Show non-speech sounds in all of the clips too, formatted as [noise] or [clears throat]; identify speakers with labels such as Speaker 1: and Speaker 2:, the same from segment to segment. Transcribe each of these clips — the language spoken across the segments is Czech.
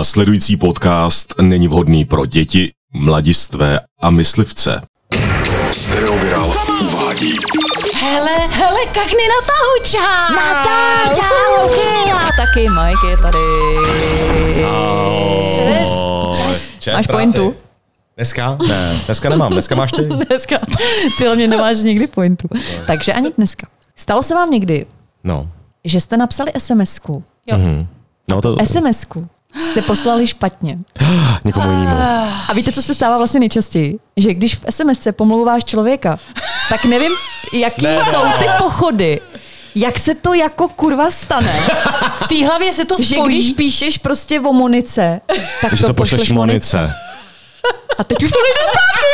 Speaker 1: Následující podcast není vhodný pro děti, mladistvé a myslivce.
Speaker 2: Stereoviral uvádí
Speaker 3: Hele, hele, kak mi na tahu, čau!
Speaker 4: Nazdar, čau, holky. A taky Mike je tady.
Speaker 3: Čes.
Speaker 5: Čest,
Speaker 4: Máš
Speaker 5: práci.
Speaker 4: pointu? [laughs]
Speaker 5: Dneska? Ne. Dneska nemám, dneska máš ty.
Speaker 4: Dneska. Ty hlavně nemáš nikdy pointu. Takže ani dneska. Stalo se vám někdy,
Speaker 5: No.
Speaker 4: že jste napsali SMS-ku.
Speaker 5: No to
Speaker 4: SMS-ku jste poslali špatně.
Speaker 5: někomu jinému.
Speaker 4: A víte, co se stává vlastně nejčastěji? Že když v SMS-ce pomlouváš člověka, tak nevím, jaký ne, jsou ty pochody. Jak se to jako kurva stane?
Speaker 3: V té hlavě se to
Speaker 4: Že
Speaker 3: spojí.
Speaker 4: když píšeš prostě o Monice, tak
Speaker 5: Že
Speaker 4: to,
Speaker 5: to pošleš
Speaker 4: pošleš
Speaker 5: Monice.
Speaker 4: A teď už to nejde zpátky.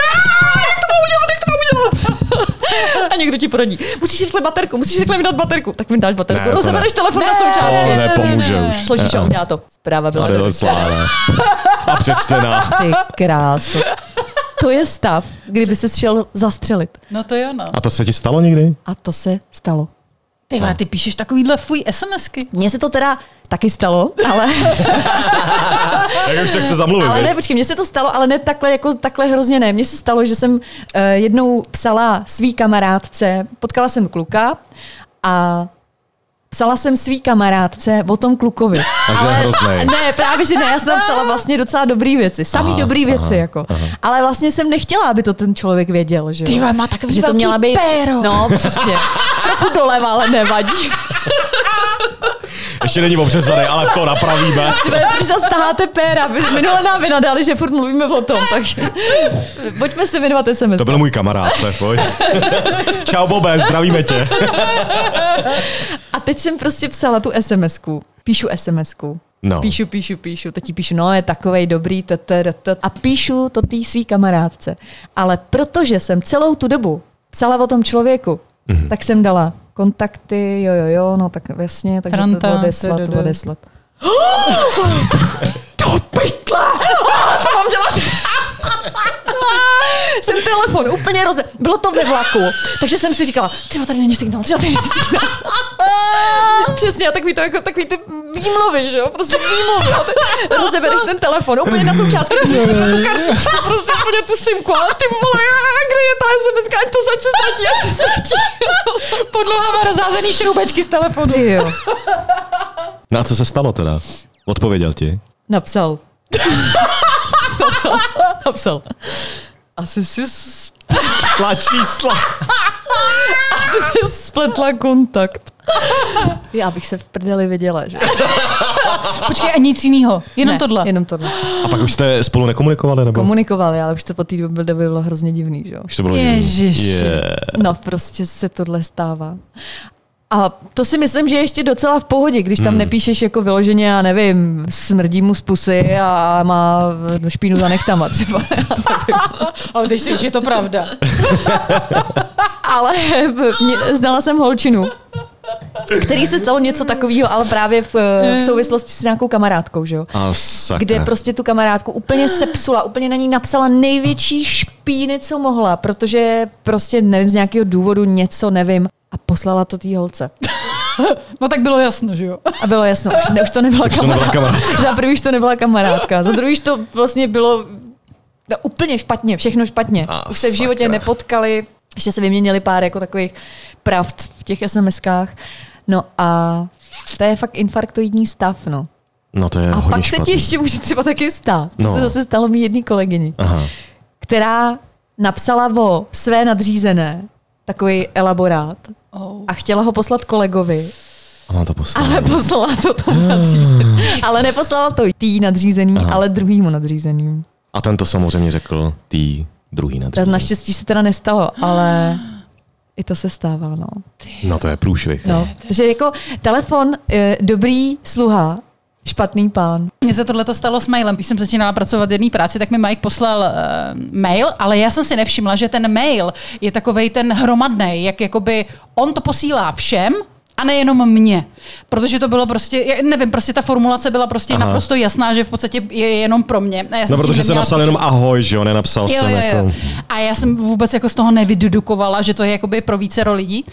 Speaker 4: Ah, Jak to mám udělat, jak to mám udělat? A někdo ti poradí. Musíš rychle baterku, musíš rychle vydat baterku. Tak mi dáš baterku,
Speaker 5: Ne, to
Speaker 4: rozebereš
Speaker 5: ne.
Speaker 4: telefon na
Speaker 5: To
Speaker 4: součástky.
Speaker 5: nepomůže už.
Speaker 4: Složíš a udělá to. Zpráva byla
Speaker 5: Ale to je
Speaker 4: doručena.
Speaker 5: slá, ne. A přečtená.
Speaker 4: Ty krásu. To je stav, kdyby se šel zastřelit.
Speaker 3: No to jo, no.
Speaker 5: A to se ti stalo někdy?
Speaker 4: A to se stalo.
Speaker 3: Ty vole, ty píšeš takovýhle fuj SMSky.
Speaker 4: Mně se to teda taky stalo, ale,
Speaker 5: Tak už se chce zamluvit.
Speaker 4: ale
Speaker 5: viď?
Speaker 4: ne, počkej, mně se to stalo, ale ne takhle, jako takhle hrozně ne. Mně se stalo, že jsem eh, jednou psala svý kamarádce, potkala jsem kluka a psala jsem svý kamarádce o tom klukovi.
Speaker 5: A že je hroznej.
Speaker 4: [laughs] Ne, právě že ne, já jsem psala vlastně docela dobrý věci, samý aha,
Speaker 5: Aha,
Speaker 4: dobrý
Speaker 5: aha,
Speaker 4: věci jako. Aha. Ale vlastně jsem nechtěla, aby to ten člověk věděl, že jo.
Speaker 3: Ty vole, má takový
Speaker 4: že to
Speaker 3: velký
Speaker 4: měla být,
Speaker 3: péro.
Speaker 4: No, přesně. Trochu doleva, ale nevadí.
Speaker 5: Ještě není obřezaný, ale to napravíme.
Speaker 4: Ty vole, Proč zase taháte péra? Vy- Minule nám vynadali, že furt mluvíme o tom, tak pojďme se věnovat SMS.
Speaker 5: To byl můj kamarád, to je v pohodě. Čau Bobe, zdravíme tě.
Speaker 4: A teď jsem prostě psala tu SMSku. Píšu SMSku.
Speaker 5: No.
Speaker 4: Píšu, píšu, píšu. Teď jí píšu, no je takovej dobrý, t, t, t. A píšu to té svý kamarádce. Ale protože jsem celou tu dobu psala o tom člověku, mm-hmm. tak jsem dala kontakty, jo, jo, jo, no tak jasně, takže Franta, to
Speaker 3: Franta,
Speaker 4: odeslat,
Speaker 3: tdd.
Speaker 4: [gasps] odeslat. Do pytle! [laughs] Ah, Co mám dělat? [laughs] jsem telefon úplně roze... Bylo to ve vlaku, takže jsem si říkala, třeba tady není signál, třeba tady není
Speaker 3: [laughs]
Speaker 4: signál. Přesně, a takový to jako takový ty výmluvy, že jo? Prostě výmluvy. A ty rozebereš ten telefon úplně na součástky, rozebereš tu kartičku, prostě úplně tu simku, ale ty vole, kde je ta SMS, ať to ať se ztratí, ať se ztratí.
Speaker 3: Podloha má rozházený šroubečky z telefonu.
Speaker 4: Ty jo,
Speaker 5: No a co se stalo teda? Odpověděl ti?
Speaker 4: napsal. napsal, napsal. Asi si s-
Speaker 5: Tla čísla.
Speaker 4: asi si spletla kontakt. Já bych se v prdeli viděla, že?
Speaker 3: Počkej, a nic jiného. Jenom
Speaker 4: Ne,
Speaker 3: tohle.
Speaker 4: Jenom tohle.
Speaker 5: A pak už jste spolu nekomunikovali? Nebo?
Speaker 4: Komunikovali, ale už to po té době bylo hrozně divný, že jo?
Speaker 5: Už to bylo
Speaker 3: Ježiši.
Speaker 5: Je.
Speaker 4: No, prostě se tohle stává. A to si myslím, že je ještě docela v pohodě, když tam hmm. nepíšeš jako vyloženě, já nevím, smrdí mu z pusy a má špínu za nechtama třeba. [laughs]
Speaker 3: Ale teď si, že je to pravda.
Speaker 4: Ale mě, znala jsem holčinu, který se stalo něco takového, ale právě v, eh, v souvislosti s nějakou kamarádkou, že jo?
Speaker 5: A sakra.
Speaker 4: kde prostě tu kamarádku úplně sepsula, úplně na ní napsala největší špíny, co mohla, protože prostě nevím, z nějakého důvodu něco, nevím, a poslala to té holce.
Speaker 3: No tak bylo jasno, že jo.
Speaker 4: A bylo jasno, už, ne, už to nebyla
Speaker 5: to nebyla
Speaker 4: kamarádka. za prvý už to nebyla kamarádka, za druhý už to vlastně bylo no, úplně špatně, všechno špatně.
Speaker 5: A
Speaker 4: už se v
Speaker 5: sakra.
Speaker 4: životě nepotkali, ještě se vyměnili pár jako takových pravd v těch SMS-kách. No a to je fakt infarktoidní stav, no.
Speaker 5: No to je
Speaker 4: A
Speaker 5: hodně
Speaker 4: pak se ti
Speaker 5: špatný.
Speaker 4: ještě může třeba taky stát. To
Speaker 5: No.
Speaker 4: se zase stalo mi jedný kolegyni,
Speaker 5: Aha.
Speaker 4: která napsala o své nadřízené takový elaborát
Speaker 3: Oh.
Speaker 4: a chtěla ho poslat kolegovi,
Speaker 5: Ona to poslala.
Speaker 4: ale poslala to tomu nadřízený. Ale neposlala to tý nadřízený, Aha. ale druhýmu nadřízeným.
Speaker 5: A ten to samozřejmě řekl tý druhý
Speaker 4: Tak
Speaker 5: nadřízený.
Speaker 4: naštěstí se teda nestalo, ale i to se stává, no.
Speaker 5: No to je průšvih.
Speaker 4: no. Že jako telefon, eh, dobrý sluha, špatný pán.
Speaker 3: Mně se tohle stalo s mailem. Když jsem začínala pracovat v jedné práci, tak mi Mike poslal uh, mail, ale já jsem si nevšimla, že ten mail je takovej ten hromadný, jak jakoby on to posílá všem, A nejenom mě. Protože to bylo prostě, já nevím, prostě ta formulace byla prostě Aha. naprosto jasná, že v podstatě je jenom pro mě. A já jsem
Speaker 5: No,
Speaker 3: s tím
Speaker 5: protože jsem
Speaker 3: neměla
Speaker 5: napsal
Speaker 3: zkušenost.
Speaker 5: jenom ahoj, že jo, nenapsal
Speaker 3: Jo,
Speaker 5: jsem
Speaker 3: jo, jo.
Speaker 4: [laughs]
Speaker 5: jako...
Speaker 3: A já jsem vůbec jako z toho nevydedukovala, že to je jakoby pro vícero lidí.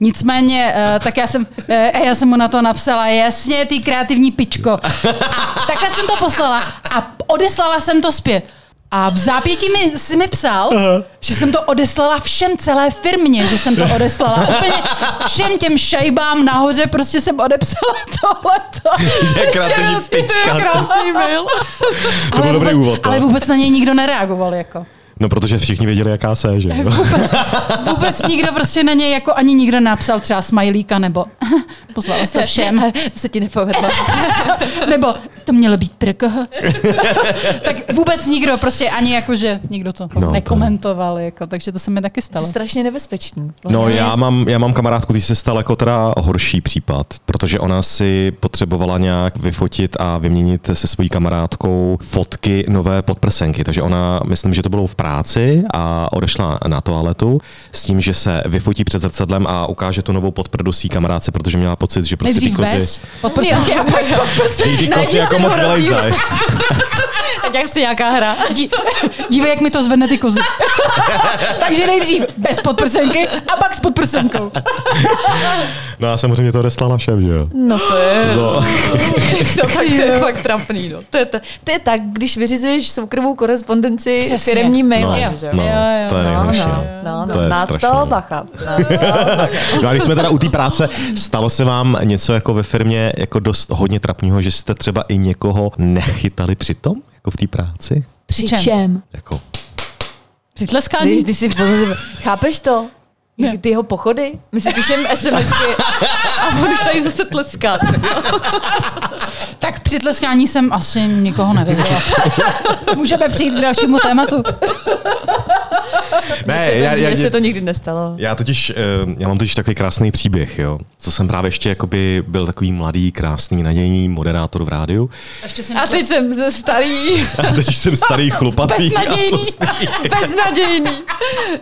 Speaker 3: Nicméně, eh, tak já jsem, eh, a já jsem mu na to napsala, jasně, ty kreativní pičko. A takhle jsem to poslala a odeslala jsem to zpět. A v zápětí mi, si mi psal, že jsem to odeslala všem celé firmě, že jsem to odeslala úplně všem těm šajbám nahoře, prostě jsem odepsala [laughs] tohleto.
Speaker 5: [laughs] Je kreativní
Speaker 3: Prostě to je
Speaker 5: pička.
Speaker 3: krásný mail.
Speaker 5: To byl
Speaker 3: Ale
Speaker 5: dobrý
Speaker 3: vůbec-
Speaker 5: úvod. no.
Speaker 3: Ale vůbec na něj nikdo nereagoval, jako.
Speaker 5: No, protože všichni věděli, jaká se, že jo.
Speaker 3: Vůbec, vůbec nikdo prostě na něj jako ani nikdo napsal třeba smajlíka nebo [laughs] poslala jste všem,
Speaker 4: [laughs] To se ti nepovedlo.
Speaker 3: nebo to mělo být pro koho. [laughs] tak vůbec nikdo, prostě ani jako, že nikdo to
Speaker 5: No, to-
Speaker 3: no, nekomentoval, jako, takže to se mi taky
Speaker 4: To je
Speaker 3: stalo.
Speaker 4: strašně nebezpečný.
Speaker 5: No,
Speaker 4: Vlastně
Speaker 5: já
Speaker 4: je-
Speaker 5: mám, já mám kamarádku, ty se stal jako teda horší případ, protože ona si potřebovala nějak vyfotit a vyměnit se svojí kamarádkou fotky nové podprsenky. Takže ona, myslím, že to bylo v práci a odešla na toaletu s tím, že se vyfotí před zrcadlem a ukáže tu nový podprdu svý kamarádce, protože měla pocit, že prostě ty
Speaker 3: Nejdřív
Speaker 5: kozy,
Speaker 3: bez, podprsenky [laughs] a pak
Speaker 5: ty, ty
Speaker 4: Ne,
Speaker 5: kozy
Speaker 4: já
Speaker 5: jako
Speaker 4: jsem
Speaker 5: moc
Speaker 4: hrozný.
Speaker 5: vylejzaj.
Speaker 4: Tak jak si nějaká hra.
Speaker 3: dí, dívej, jak mi to zvedne
Speaker 5: [laughs]
Speaker 3: ty kozy. takže nejdřív bez podprsenky a pak s podprsenkou.
Speaker 5: No a samozřejmě to odeslala všem, že
Speaker 3: [laughs]
Speaker 5: jo.
Speaker 4: No
Speaker 5: [laughs]
Speaker 4: to je... [laughs]
Speaker 5: No.
Speaker 4: to, tak, to je fakt trapný. No. To, je to, to je tak, když vyřizuješ soukromou korespondenci
Speaker 3: Přesně.
Speaker 4: firemní mail.
Speaker 5: No,
Speaker 3: jo,
Speaker 4: že?
Speaker 5: no,
Speaker 3: jo,
Speaker 5: to je
Speaker 3: no,
Speaker 4: No,
Speaker 5: nejhorší.
Speaker 4: no,
Speaker 5: no.
Speaker 4: no,
Speaker 5: To
Speaker 4: no.
Speaker 5: je
Speaker 4: na
Speaker 5: strašný.
Speaker 4: to bacha. Na to bacha.
Speaker 5: No a když jsme teda u té práce, stalo se vám něco jako ve firmě jako dost hodně trapného, že jste třeba i někoho nechytali při tom, jako v té práci?
Speaker 4: Přičem?
Speaker 5: Jako,
Speaker 3: Přitleskání.
Speaker 4: Víš, No. když si pozor, chápeš to?
Speaker 3: Ne.
Speaker 4: Ty jeho pochody? My si píšeme SMSky a on už tady zase tleskat.
Speaker 3: Tak při tleskání jsem asi
Speaker 5: [laughs]
Speaker 3: nikoho neviděla. Můžeme přijít k dalšímu tématu.
Speaker 5: ne, já, já,
Speaker 4: Mně se
Speaker 5: já,
Speaker 4: to nikdy nestalo.
Speaker 5: já totiž, eh, já mám totiž takový krásný příběh, jo. Co jsem právě ještě jakoby byl takový mladý, krásný, nadějný moderátor v rádiu.
Speaker 3: Ještě jsem
Speaker 4: A teď jsem [laughs] starý,
Speaker 5: A teď už jsem starý, chlupatý. a
Speaker 3: Beznadějný.
Speaker 5: tlustý.
Speaker 4: beznadějný.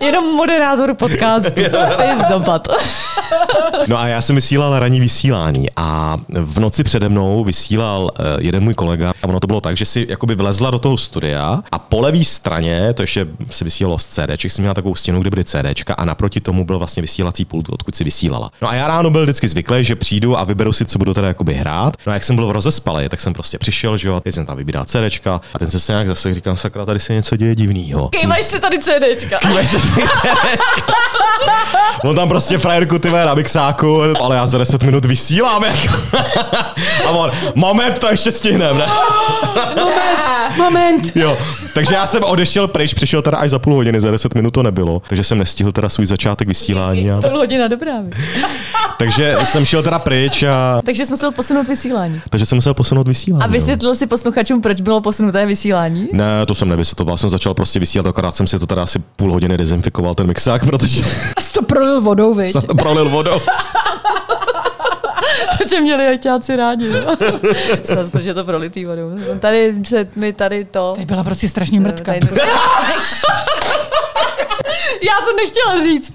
Speaker 4: Jenom moderátor podcastu. To je zdopad.
Speaker 5: No a já jsem vysílal ranní vysílání a v noci přede mnou vysílal eh, jeden můj kolega a ono to bylo tak, že si jakoby vlezla do toho studia a po levé straně, to ještě se vysílalo z CDček, jsem měla takovou stěnu, kde byly CDčka a naproti tomu byl vlastně vysílací pult, odkud si vysílala. No a já ráno byl vždycky zvyklý, že přijdu a vyberu si, co budu teda jakoby hrát. No a jak jsem byl v rozespalej, tak jsem prostě přišel, že jo, a teď jsem tam vybíral CDčka a ten se se nějak zase říkám, sakra, tady se něco děje divného.
Speaker 4: Kejvaš se tady CDčka.
Speaker 5: No tam prostě frajerku ty vole, na mixáku, ale já za 10 minut vysílám. Jako. [laughs] A on, moment, to ještě stihnem, ne?
Speaker 3: Moment.
Speaker 5: Jo. Takže já jsem odešel pryč, přišel teda až za půl hodiny, za 10 minut to nebylo, takže jsem nestihl teda svůj začátek vysílání. A...
Speaker 4: To byla hodina dobrá. mi.
Speaker 5: Takže jsem šel teda pryč a
Speaker 4: Takže jsme musel posunout vysílání.
Speaker 5: takže jsem musel posunout vysílání.
Speaker 4: A
Speaker 5: no.
Speaker 4: vysvětlil si posluchačům, proč bylo posunuté vysílání?
Speaker 5: Ne, to jsem nevysvětloval, jsem začal prostě vysílat, akorát jsem si to teda asi půl hodiny dezinfikoval ten mixák, [laughs] protože
Speaker 3: Jsi to prolil vodou, viď?
Speaker 5: jsem to prolil vodou. [laughs]
Speaker 4: [laughs] To tě měli ajťáci rádi. [laughs] No. Čas, protože to prolitý vodou. Tady se mi tady to... eh,
Speaker 3: Tady byla prostě strašně mrtka.
Speaker 4: Tady- [laughs] Já to nechtěla říct.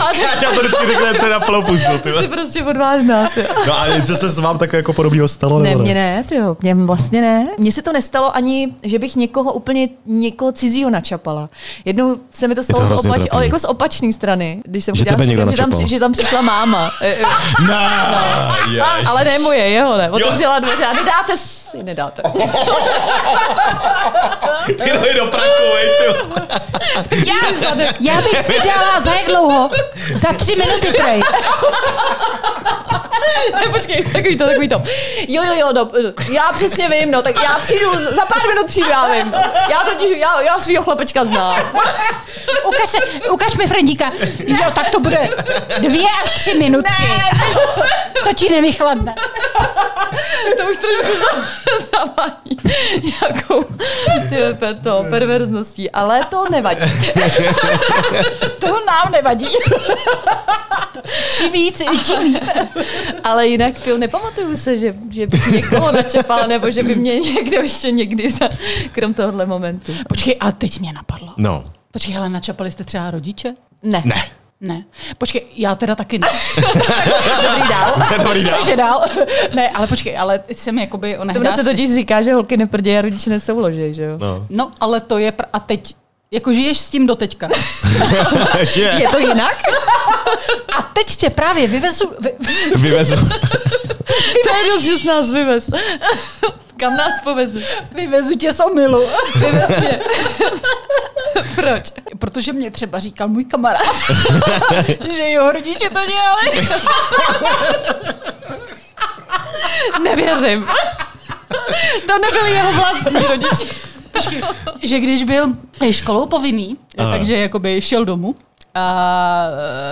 Speaker 4: A ty [laughs]
Speaker 5: Já to vždycky řekne, to je na plopusu, ty.
Speaker 4: jsi prostě odvážná. Ty.
Speaker 5: No a něco se s vám tak jako podobného stalo?
Speaker 4: Ne,
Speaker 5: nebo
Speaker 4: mě ne, ty jo, mě vlastně ne. Mně se to nestalo ani, že bych někoho úplně někoho cizího načapala. Jednou se mi to stalo z,
Speaker 5: hrozně
Speaker 4: opač,
Speaker 5: trapný.
Speaker 4: o, jako z opačné strany, když jsem
Speaker 5: Že
Speaker 4: udělala
Speaker 5: tebe někdo
Speaker 4: že, tam,
Speaker 5: načapal.
Speaker 4: že tam
Speaker 5: [laughs]
Speaker 4: přišla máma. E, e,
Speaker 5: Ne, No, ježiš.
Speaker 4: Ale ne moje, jeho ne. Otevřela dveře a nedáte si, nedáte.
Speaker 5: Ty nohy do praku, vej, ty. vole.
Speaker 4: Já zadek.
Speaker 3: Já bych si dala za jak dlouho? Za tři minuty, prej.
Speaker 4: [laughs] Ne, počkej, takový to, takový to. Jo, jo, jo, no, já přesně vím, no, tak já přijdu, za pár minut přijdu, já vím. No. Já totiž, já, já svýho chlapečka znám.
Speaker 3: Ukaž, se, ukaž mi Frendíka. Jo, tak to bude dvě až tři minutky. To ti nevychladne.
Speaker 4: [laughs] To už trošku [laughs] za- zavání nějakou ty, pe- to, perverzností, ale to nevadí.
Speaker 3: To nám nevadí. Čím víc, tím líp.
Speaker 4: Ale jinak to nepamatuju se, že, že bych někoho načepala, nebo že by mě někdo ještě někdy, za, krom tohohle momentu.
Speaker 3: Počkej, a teď mě napadlo.
Speaker 5: No,
Speaker 3: Počkej, ale načapali jste třeba rodiče?
Speaker 4: Ne.
Speaker 5: ne.
Speaker 3: Ne. Počkej, já teda taky ne.
Speaker 4: Dobrý dál.
Speaker 5: Dobrý den.
Speaker 3: Takže dál. ne, ale počkej, ale jsem jakoby
Speaker 4: To mne
Speaker 3: onehdá.
Speaker 4: se totiž říká, že holky neprdí a rodiče nesouloží, že jo?
Speaker 5: No.
Speaker 3: No, ale to je... Pr- a teď... Jako žiješ s tím doteďka.
Speaker 5: Že
Speaker 4: Je to jinak?
Speaker 3: A teď tě právě vyvezu... Vy,
Speaker 5: vyvezu.
Speaker 4: to je dost, že s nás vyvez. Kam nás poveze?
Speaker 3: vyvezu tě z omilu.
Speaker 4: Vyvez mě. Proč?
Speaker 3: Protože mě třeba říkal můj kamarád, [laughs] že jeho rodiče to dělali.
Speaker 4: Nevěřím. To nebyli jeho vlastní rodiče.
Speaker 3: Že když byl školou povinný,
Speaker 5: Aha.
Speaker 3: takže jakoby šel domů, a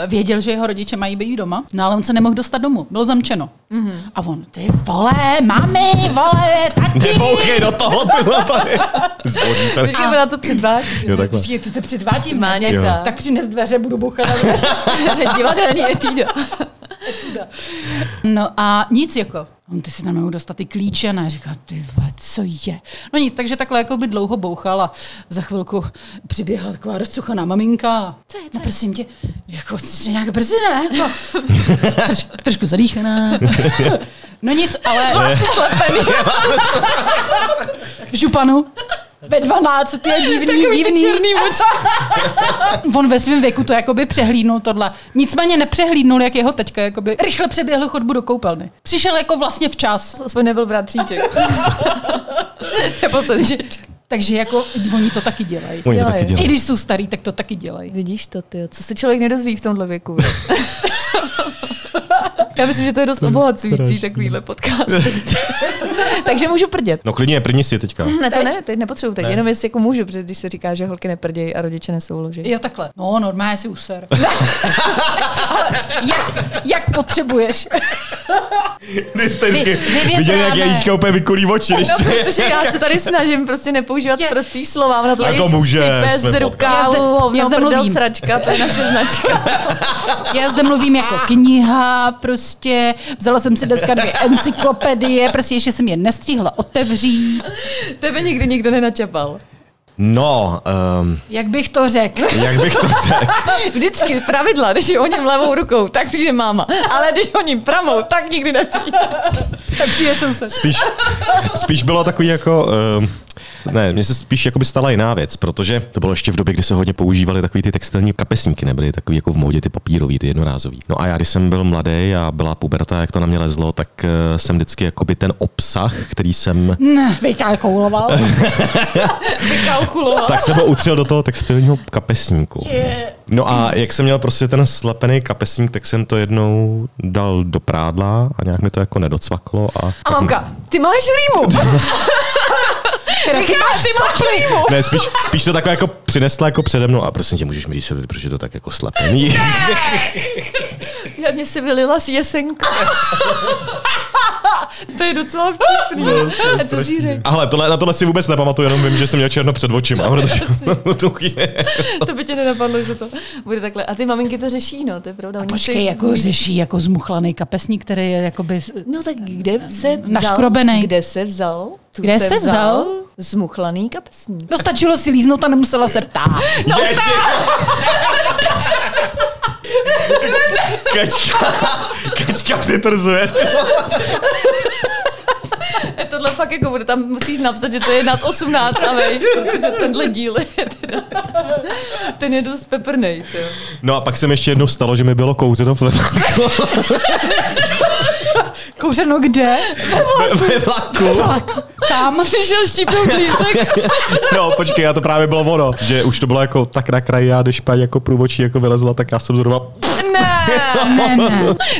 Speaker 3: eh, věděl, že jeho rodiče mají být doma, no ale on se nemohl dostat domů, bylo zamčeno. Mm-hmm. A on, ty vole, mami, vole, tati,
Speaker 5: Nebouchej do toho, ty vole, tady. Zboří tady.
Speaker 4: Počkej, mi na to předvák.
Speaker 5: Jo, takhle.
Speaker 3: je to se předvádím, ne?
Speaker 4: Máně
Speaker 5: Jo.
Speaker 3: Tak
Speaker 4: tak.
Speaker 3: přines dveře, budu bouchat na dveře.
Speaker 4: [laughs] Divadelní etído.
Speaker 3: No a nic jako. On ty si tam nemohl dostat ty klíče, ne? Říká, ty vole, co je? No nic, takže takhle jako by dlouho bouchal a za chvilku přiběhla taková rozcuchaná maminka. Co je, co no prosím tě, jako jsi nějak brzy, ne? Jako, troš, trošku [laughs] zadýchaná. No nic, ale [laughs] županu. Ve 12 [laughs] je divný,
Speaker 4: Takový ty
Speaker 3: divný.
Speaker 4: černý oči.
Speaker 3: On ve svém věku to jakoby přehlídnul tohle. Nicméně nepřehlídnul, jak jeho teďka jakoby rychle přeběhl chodbu do koupelny. Přišel jako vlastně včas.
Speaker 4: Aspoň nebyl bratříček. Nebo sestřiček.
Speaker 3: Takže jako oni to taky dělají.
Speaker 5: Oni to
Speaker 4: Dělají.
Speaker 5: taky
Speaker 3: I
Speaker 5: dělají.
Speaker 3: když jsou starý, tak to taky dělají.
Speaker 4: Vidíš to, ty, co se člověk nedozví v tomhle věku. Já myslím, že to je dost obohacující takovýhle podcast. [laughs] Takže můžu prdět.
Speaker 5: No klidně, první si teďka.
Speaker 4: Ne, to ne, teď nepotřebuji, teď jenom jestli jako můžu, protože když se říká, že holky neprdějí a rodiče nesouloží.
Speaker 3: Jo, takhle. No, normálně si user. [laughs] Ale jak, jak potřebuješ?
Speaker 5: Vy jste vždycky
Speaker 3: Vy- vyvětráme.
Speaker 5: viděli, jak Jajíčka úplně vykulí oči, když
Speaker 4: No,
Speaker 5: se...
Speaker 4: protože já se tady snažím prostě nepoužívat
Speaker 3: Je-
Speaker 4: prostý slova, ona to
Speaker 5: Ale
Speaker 4: tady
Speaker 5: to může,
Speaker 4: sype
Speaker 5: jsme
Speaker 4: z rukálu,
Speaker 3: podcast. Já zde- já
Speaker 4: hovno,
Speaker 3: zde
Speaker 4: prdel,
Speaker 3: mluvím.
Speaker 4: sračka, to je naše
Speaker 5: [laughs]
Speaker 4: značka.
Speaker 3: Já zde mluvím jako kniha, prostě. Vzala jsem si dneska dvě encyklopedie, prostě ještě jsem je nestihla otevřít.
Speaker 4: Tebe nikdy nikdo nenačapal.
Speaker 5: No, um,
Speaker 3: Jak bych to řekl?
Speaker 5: jak bych to řekl?
Speaker 4: Vždycky pravidla, když je o něm levou rukou, tak přijde máma. Ale když o ním pravou, tak nikdy nepřijde.
Speaker 3: Tak [laughs] přijde soused.
Speaker 5: Spíš, spíš bylo takový jako... Um, ne, mně se spíš jakoby stala jiná věc, protože to bylo ještě v době, kdy se hodně používaly takový ty textilní kapesníky, nebyly takový jako v módě ty papírový, ty jednorázový. No a já, když jsem byl mladý a byla puberta, jak to na mě lezlo, tak eh, jsem vždycky jakoby ten obsah, který jsem
Speaker 4: No.
Speaker 3: Ne, vykálkouloval.
Speaker 4: Vykalkuloval.
Speaker 5: tak jsem ho utřel do toho textilního kapesníku. No a jak jsem měl prostě ten slepený kapesník, tak jsem to jednou dal do prádla a nějak mi to jako nedocvaklo. A,
Speaker 4: A mamka, ty máš
Speaker 5: [laughs]
Speaker 4: rýmu. [laughs]
Speaker 3: Teda ty máš
Speaker 4: Ty máš rýmu.
Speaker 5: [laughs] Ne, spíš, spíš to takhle jako přinesla jako přede mnou a prosím tě, můžeš mi říct, proč je to tak jako slepený.
Speaker 4: Já mě si vylila s jesenkou. [laughs] to je docela vtipný. A co jsi řekl?
Speaker 5: [laughs] Ale tohle, na tohle si vůbec nepamatuju, jenom vím, že jsem měl černo před očima. Protože, [laughs] No, tu chvíli-
Speaker 4: To by tě nenapadlo, že to bude takhle. A ty maminky to řeší, no, to je pravda. Oni
Speaker 3: Počkej,
Speaker 4: si-
Speaker 3: jako řeší jako zmuchlaný kapesník, který je jakoby...
Speaker 4: No tak kde se vzal,
Speaker 3: Naškrobenej.
Speaker 4: Kde se vzal? Tu
Speaker 3: Kde se vzal?
Speaker 4: Zmuchlaný kapesník.
Speaker 3: No stačilo si líznout a nemusela se ptát.
Speaker 5: Ježiš. [laughs] Kačka, kačka přitrzuje.
Speaker 4: E, [laughs] tohle fakt jako bude, tam musíš napsat, že to je nad 18 a vejš, protože tenhle díl je teda, ten je dost peprnej. Tě.
Speaker 5: No a pak jsem ještě jednou stalo, že mi bylo kouřeno ve,
Speaker 3: Kouřeno kde?
Speaker 5: [laughs] ve vlaku.
Speaker 3: Tam.
Speaker 4: Přišel štípnout [laughs] lístek.
Speaker 5: No, počkej, já to právě bylo ono, že už to bylo jako tak na kraji, já když paní jako průbočí jako vylezla, tak já jsem zrovna...
Speaker 4: Ne,
Speaker 3: Ne, ne.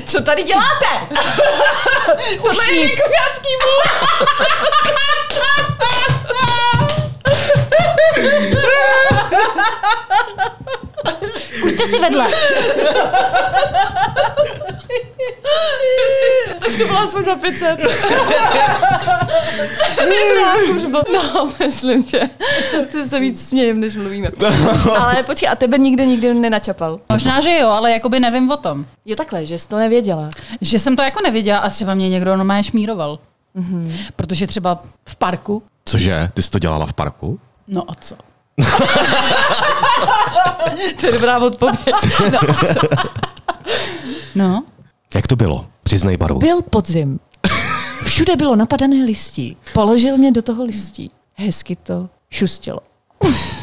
Speaker 4: co tady [laughs] děláte?
Speaker 3: Už
Speaker 4: Tohle je
Speaker 3: nic.
Speaker 4: nekuřácký vůz.
Speaker 3: Už jste si vedle.
Speaker 4: [laughs] Tak to bylo aspoň za [laughs] 500. Netrvá kuřba. No, myslím, že to se víc smějím, než [laughs] mluvíme. Ale počkej, a tebe nikdo nikdy nenačapal.
Speaker 3: Možná, že jo, ale jakoby nevím o tom.
Speaker 4: Jo takhle, že jsi to nevěděla.
Speaker 3: Že jsem to jako neviděla a třeba mě někdo normálně šmíroval. Mm-hmm. Protože třeba v parku,
Speaker 5: Cože, ty jsi to dělala v parku?
Speaker 3: no a co?
Speaker 4: To je dobrá [laughs] odpověď.
Speaker 3: No.
Speaker 5: Jak to bylo? Přiznej barvu.
Speaker 4: Byl podzim. Všude bylo napadané listí. Položil mě do toho listí. Hezky to šustilo.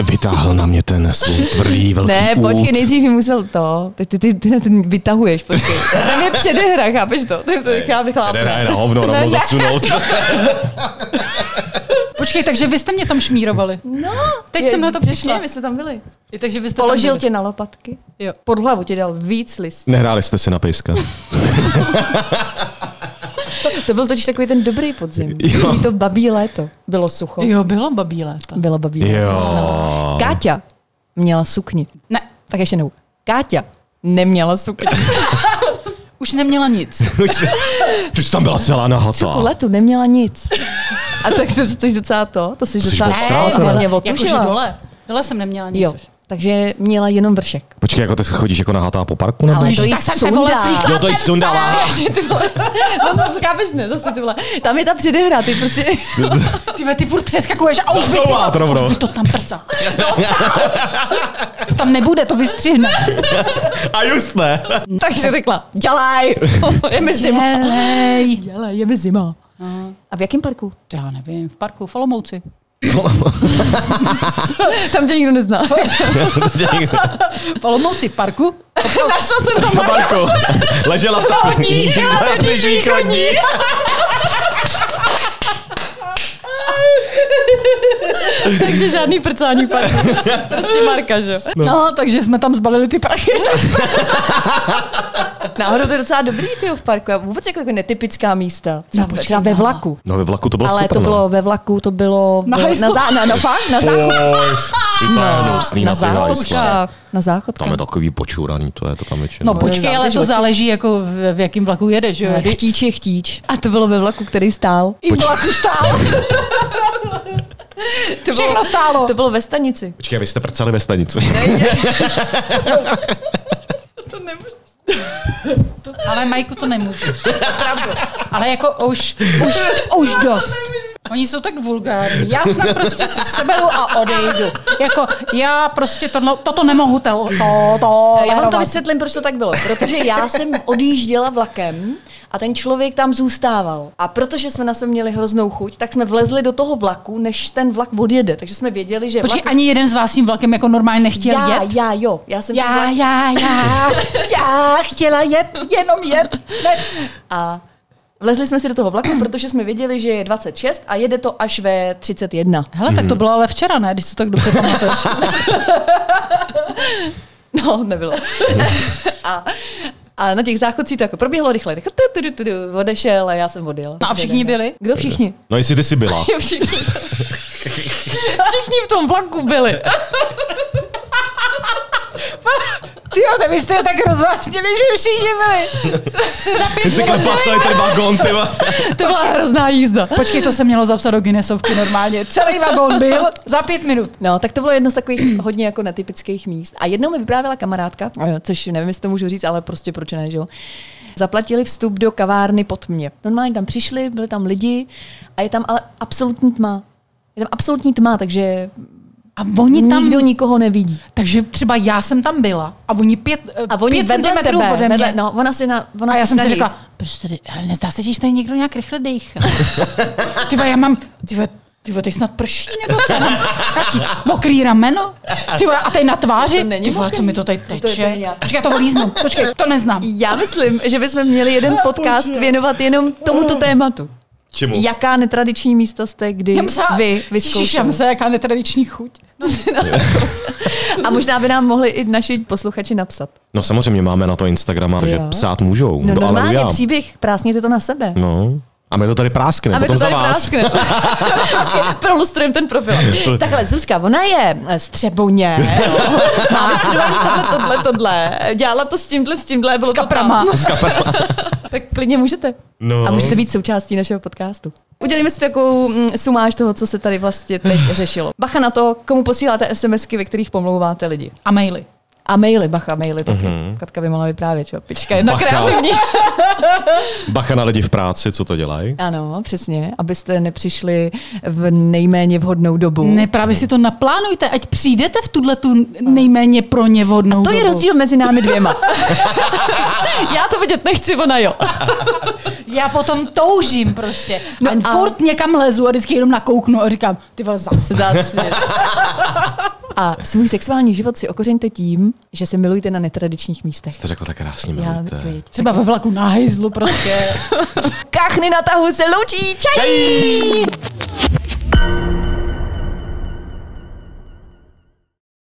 Speaker 5: Vytáhl na mě ten svůj
Speaker 4: [laughs]
Speaker 5: tvrdý velký
Speaker 4: Ne,
Speaker 5: út.
Speaker 4: počkej, nejdřív mi musel to. Ty, ty, ty, ty, ty vytahuješ, počkej. Tam je předehra, chápeš to? To je to chápe
Speaker 5: Předehra je
Speaker 4: chláp.
Speaker 5: na hovno,
Speaker 4: Ne,
Speaker 5: rovnou
Speaker 4: ne.
Speaker 5: zasunout.
Speaker 3: Počkej, takže vy jste mě tam šmírovali.
Speaker 4: No,
Speaker 3: Teď
Speaker 4: je-
Speaker 3: jsem na to přišla.
Speaker 4: Přesně, my jsme tam byli.
Speaker 3: Je, takže vy jste tam
Speaker 4: Položil
Speaker 3: byli.
Speaker 4: tě na lopatky.
Speaker 3: Jo.
Speaker 4: Pod hlavu ti dal víc
Speaker 5: [laughs]
Speaker 4: listí.
Speaker 5: Nehráli jste si na pejska. [laughs]
Speaker 4: To byl totiž takový ten dobrý podzim.
Speaker 5: [laughs] Jo.
Speaker 4: Takový to babí léto. Bylo sucho.
Speaker 3: Jo, bylo babí léta.
Speaker 4: Bylo babí léto.
Speaker 5: Jo.
Speaker 4: Káťa měla sukni.
Speaker 3: Ne,
Speaker 4: Tak ještě nebo. Káťa neměla sukni.
Speaker 3: už neměla nic.
Speaker 5: Ty jsi tam byla celá
Speaker 4: Suku
Speaker 5: nahatá.
Speaker 4: letu neměla nic. No. A tak to jsi docela to? To jsi
Speaker 5: jsi
Speaker 4: docela
Speaker 5: odstrála, teda.
Speaker 4: hlavně
Speaker 3: Jakože
Speaker 4: odtužila.
Speaker 3: Jako, dole. Dole jsem neměla nic
Speaker 4: Jo,
Speaker 3: už.
Speaker 4: takže měla jenom vršek.
Speaker 5: Počkej, jako ty chodíš jako nahatá po parku? Nebo?
Speaker 3: Ale
Speaker 4: to
Speaker 3: to
Speaker 4: jí
Speaker 3: No tak jsem se
Speaker 4: sundá.
Speaker 3: vole slíkla,
Speaker 5: Jo, No to jí
Speaker 3: jsem
Speaker 5: sundala.
Speaker 3: sama.
Speaker 4: [laughs] ty vole, no, no, chápeš, ne, zase ty vole. Tam je ta předehra, ty prostě, [laughs]
Speaker 3: Ty, ve, ty furt přeskakuješ a už, by, si
Speaker 5: Zasouvá to
Speaker 3: to,
Speaker 5: rovnou.
Speaker 3: už by to tam prca. To tam nebude, to vystřihne.
Speaker 5: A just
Speaker 4: [laughs]
Speaker 5: ne.
Speaker 4: takže řekla, dělej, [laughs] je mi zima.
Speaker 3: Dělej.
Speaker 4: Dělej, je mi zima. A v jakém parku?
Speaker 3: To Já nevím, v parku, v Olomouci.
Speaker 4: [laughs] Tam tě nikdo [laughs] nezná.
Speaker 3: V Olomouci, v parku.
Speaker 4: Našla jsem tam parku.
Speaker 5: Marko, ležela
Speaker 4: Východní,
Speaker 5: ležíš východní.
Speaker 4: Takže žádný prcání [laughs] parku. Prostě Marka, že? jo.
Speaker 3: No. no, takže jsme tam zbalili ty prachy.
Speaker 5: No,
Speaker 4: Náhodou to je docela dobrý, ty v parku. A vůbec jako, jako netypická místa. Třeba,
Speaker 3: počkej,
Speaker 4: třeba ve
Speaker 3: no.
Speaker 4: vlaku.
Speaker 5: No ve vlaku to bylo
Speaker 4: Ale
Speaker 5: super.
Speaker 4: to
Speaker 5: no.
Speaker 4: bylo ve vlaku, to bylo
Speaker 3: Na
Speaker 4: v- na,
Speaker 3: hajzlu.
Speaker 4: zá, na, na, fakt, na, zá,
Speaker 5: Pojď, i to je hnusný na
Speaker 4: No, na
Speaker 5: ty hajsle.
Speaker 4: záchodkách. Na záchodkách.
Speaker 5: Tam je takový počuraný, to je No, to tam většinou.
Speaker 3: No počkej,
Speaker 4: je
Speaker 3: ale to
Speaker 4: záleží,
Speaker 3: záleží, jako v, v jakém vlaku jedeš, jo? Když
Speaker 4: Chtíč je chtíč. A to bylo ve vlaku, který stál.
Speaker 3: i v vlaku stál.
Speaker 4: To
Speaker 3: Všechno stálo.
Speaker 4: To bylo ve stanici.
Speaker 5: Počkej, vy jste prcali ve stanici.
Speaker 4: To nemůžu.
Speaker 3: Ale Majku to
Speaker 4: [laughs]
Speaker 3: nemůžeš. Opravdu. Ale jako už, už, už dost. Oni jsou tak vulgární. Já snad prostě si seberu a odejdu. Jako já prostě to, toto nemohu tel, to, to
Speaker 4: Já vám to
Speaker 3: tolerovat.
Speaker 4: vysvětlím, proč to tak bylo. Protože já [laughs] jsem odjížděla vlakem a ten člověk tam zůstával. A protože jsme na sebe měli hroznou chuť, tak jsme vlezli do toho vlaku, než ten vlak odjede. Takže jsme věděli, že
Speaker 3: Počkej,
Speaker 4: vlak...
Speaker 3: ani jeden z vás tím vlakem jako normálně nechtěl
Speaker 4: já,
Speaker 3: jet?
Speaker 4: já, jo. Já jsem ten
Speaker 3: Já,
Speaker 4: vlak-
Speaker 3: já, já, já chtěla jet, [laughs] jenom jet. Ne.
Speaker 4: A vlezli jsme si do toho vlaku, protože jsme věděli, že je 26 a jede to až ve 31.
Speaker 3: Hele, tak to
Speaker 5: Hmm.
Speaker 3: bylo ale včera, ne? Když si to tak dobře
Speaker 4: [laughs]
Speaker 3: pamatuješ.
Speaker 4: No, [laughs] nebylo. a, a na těch záchodcích to jako proběhlo rychle. rychle tu, tu, tu, tu, odešel a já jsem odjela.
Speaker 3: No a všichni byli?
Speaker 4: Kdo všichni?
Speaker 5: No jestli ty jsi byla.
Speaker 4: [laughs] Jo, všichni. všichni v tom vlaku byli.
Speaker 3: [laughs] Ty jo, tak vy jste je tak rozvážnili, že všichni byli. Se za
Speaker 5: Ty jsi
Speaker 3: pět minut-
Speaker 5: klepal celý ten vagón, ty vole.
Speaker 4: To byla hrozná jízda.
Speaker 3: Počkej, to se mělo zapsat do Guinnessovky normálně. Celý vagón byl za pět minut.
Speaker 4: No, tak to bylo jedno z takových [clears throat] hodně jako netypických míst. A jednou mi vyprávěla kamarádka, eh, což nevím, jestli to můžu říct, ale prostě proč ne, že jo. Zaplatili vstup do kavárny pod mě. Normálně tam přišli, byli tam lidi a je tam ale absolutní tma. Je tam absolutní tma, takže
Speaker 3: A oni tam,
Speaker 4: nikdo nikoho nevidí.
Speaker 3: takže třeba já jsem tam byla a oni pět, eh,
Speaker 4: A oni
Speaker 3: pět
Speaker 4: vedle
Speaker 3: centimetrů
Speaker 4: tebe,
Speaker 3: ode mě.
Speaker 4: vedle, no, ona si na, ona
Speaker 3: a já
Speaker 4: si
Speaker 3: jsem si
Speaker 4: snaží.
Speaker 3: řekla, proč tady, hele, nezdá se ti, že tady někdo nějak rychle dejchá. [laughs] Ty vole, já mám, ty vole, ty vole, teď snad prší nebo co? Já mám Jaký mokrý rameno? Ty vole, a tady na tváři?
Speaker 4: To není
Speaker 3: ty vole, co
Speaker 4: mokrý.
Speaker 3: mi to tady
Speaker 4: To je
Speaker 3: teče?
Speaker 4: pěňák.
Speaker 3: Počkej, já to volíznu. Počkej, to
Speaker 4: [laughs]
Speaker 3: neznám.
Speaker 4: já myslím, že bychom měli jeden podcast věnovat jenom
Speaker 3: Mm.
Speaker 4: tomuto tématu.
Speaker 5: Čemu?
Speaker 4: Jaká netradiční místa jste kdy
Speaker 3: Já musela,
Speaker 4: vy
Speaker 3: Ježiš, já
Speaker 4: vyzkoušeli?
Speaker 3: musela, jaká netradiční chuť.
Speaker 4: A možná by nám mohli i naši posluchači napsat.
Speaker 5: No samozřejmě máme na to Instagrama, takže
Speaker 4: Jo.
Speaker 5: psát můžou.
Speaker 4: No, no
Speaker 5: ale
Speaker 4: normálně
Speaker 5: já.
Speaker 4: příběh, prásněte to na sebe.
Speaker 5: No. A my to tady práskneme, potom za vás. [laughs]
Speaker 4: práskneme. Prolustrujeme ten profil. Takhle, Zuzka, ona je eh, střeboně.
Speaker 5: [laughs]
Speaker 4: Má vystudovaný tohle, tohle, tohle. Dělala to s tímhle, s tímhle. Bylo
Speaker 3: S kaprama.
Speaker 4: To tam. tak klidně můžete.
Speaker 5: No.
Speaker 4: A můžete být součástí našeho podcastu. Udělíme si takovou mm, sumáž toho, co
Speaker 5: [sighs]
Speaker 4: se tady vlastně teď řešilo. Bacha na to, komu posíláte SMSky, ve kterých pomlouváte lidi.
Speaker 3: A maily.
Speaker 4: A maily, bacha, maily taky. Mm-hmm. Katka by mohla vyprávět, že jo, pička jedna
Speaker 5: Mhm. Bacha.
Speaker 4: kreativní. [laughs]
Speaker 5: Bacha na lidi v práci, co to dělají.
Speaker 4: Ano, přesně, abyste nepřišli v nejméně vhodnou dobu.
Speaker 3: Ne, právě si to No. naplánujte, ať přijdete v tuhle tu nejméně pro ně vhodnou
Speaker 4: To je
Speaker 3: dobu.
Speaker 4: rozdíl mezi
Speaker 3: [laughs]
Speaker 4: námi dvěma. [laughs] Já to vidět nechci, ona jo.
Speaker 3: Já potom toužím prostě. No
Speaker 4: No
Speaker 3: a
Speaker 4: a-
Speaker 3: furt někam lezu a vždycky jenom nakouknu a říkám, ty vole, zas.
Speaker 4: Zase. [laughs] A svůj sexuální život si okořeňte tím, že se milujte na netradičních místech.
Speaker 5: To řekl tak krásně,
Speaker 4: Já
Speaker 5: milujte.
Speaker 4: věď.
Speaker 3: Třeba ve vlaku na hejzlu prostě.
Speaker 4: Kachny na tahu se loučí. Čau!
Speaker 5: Čau!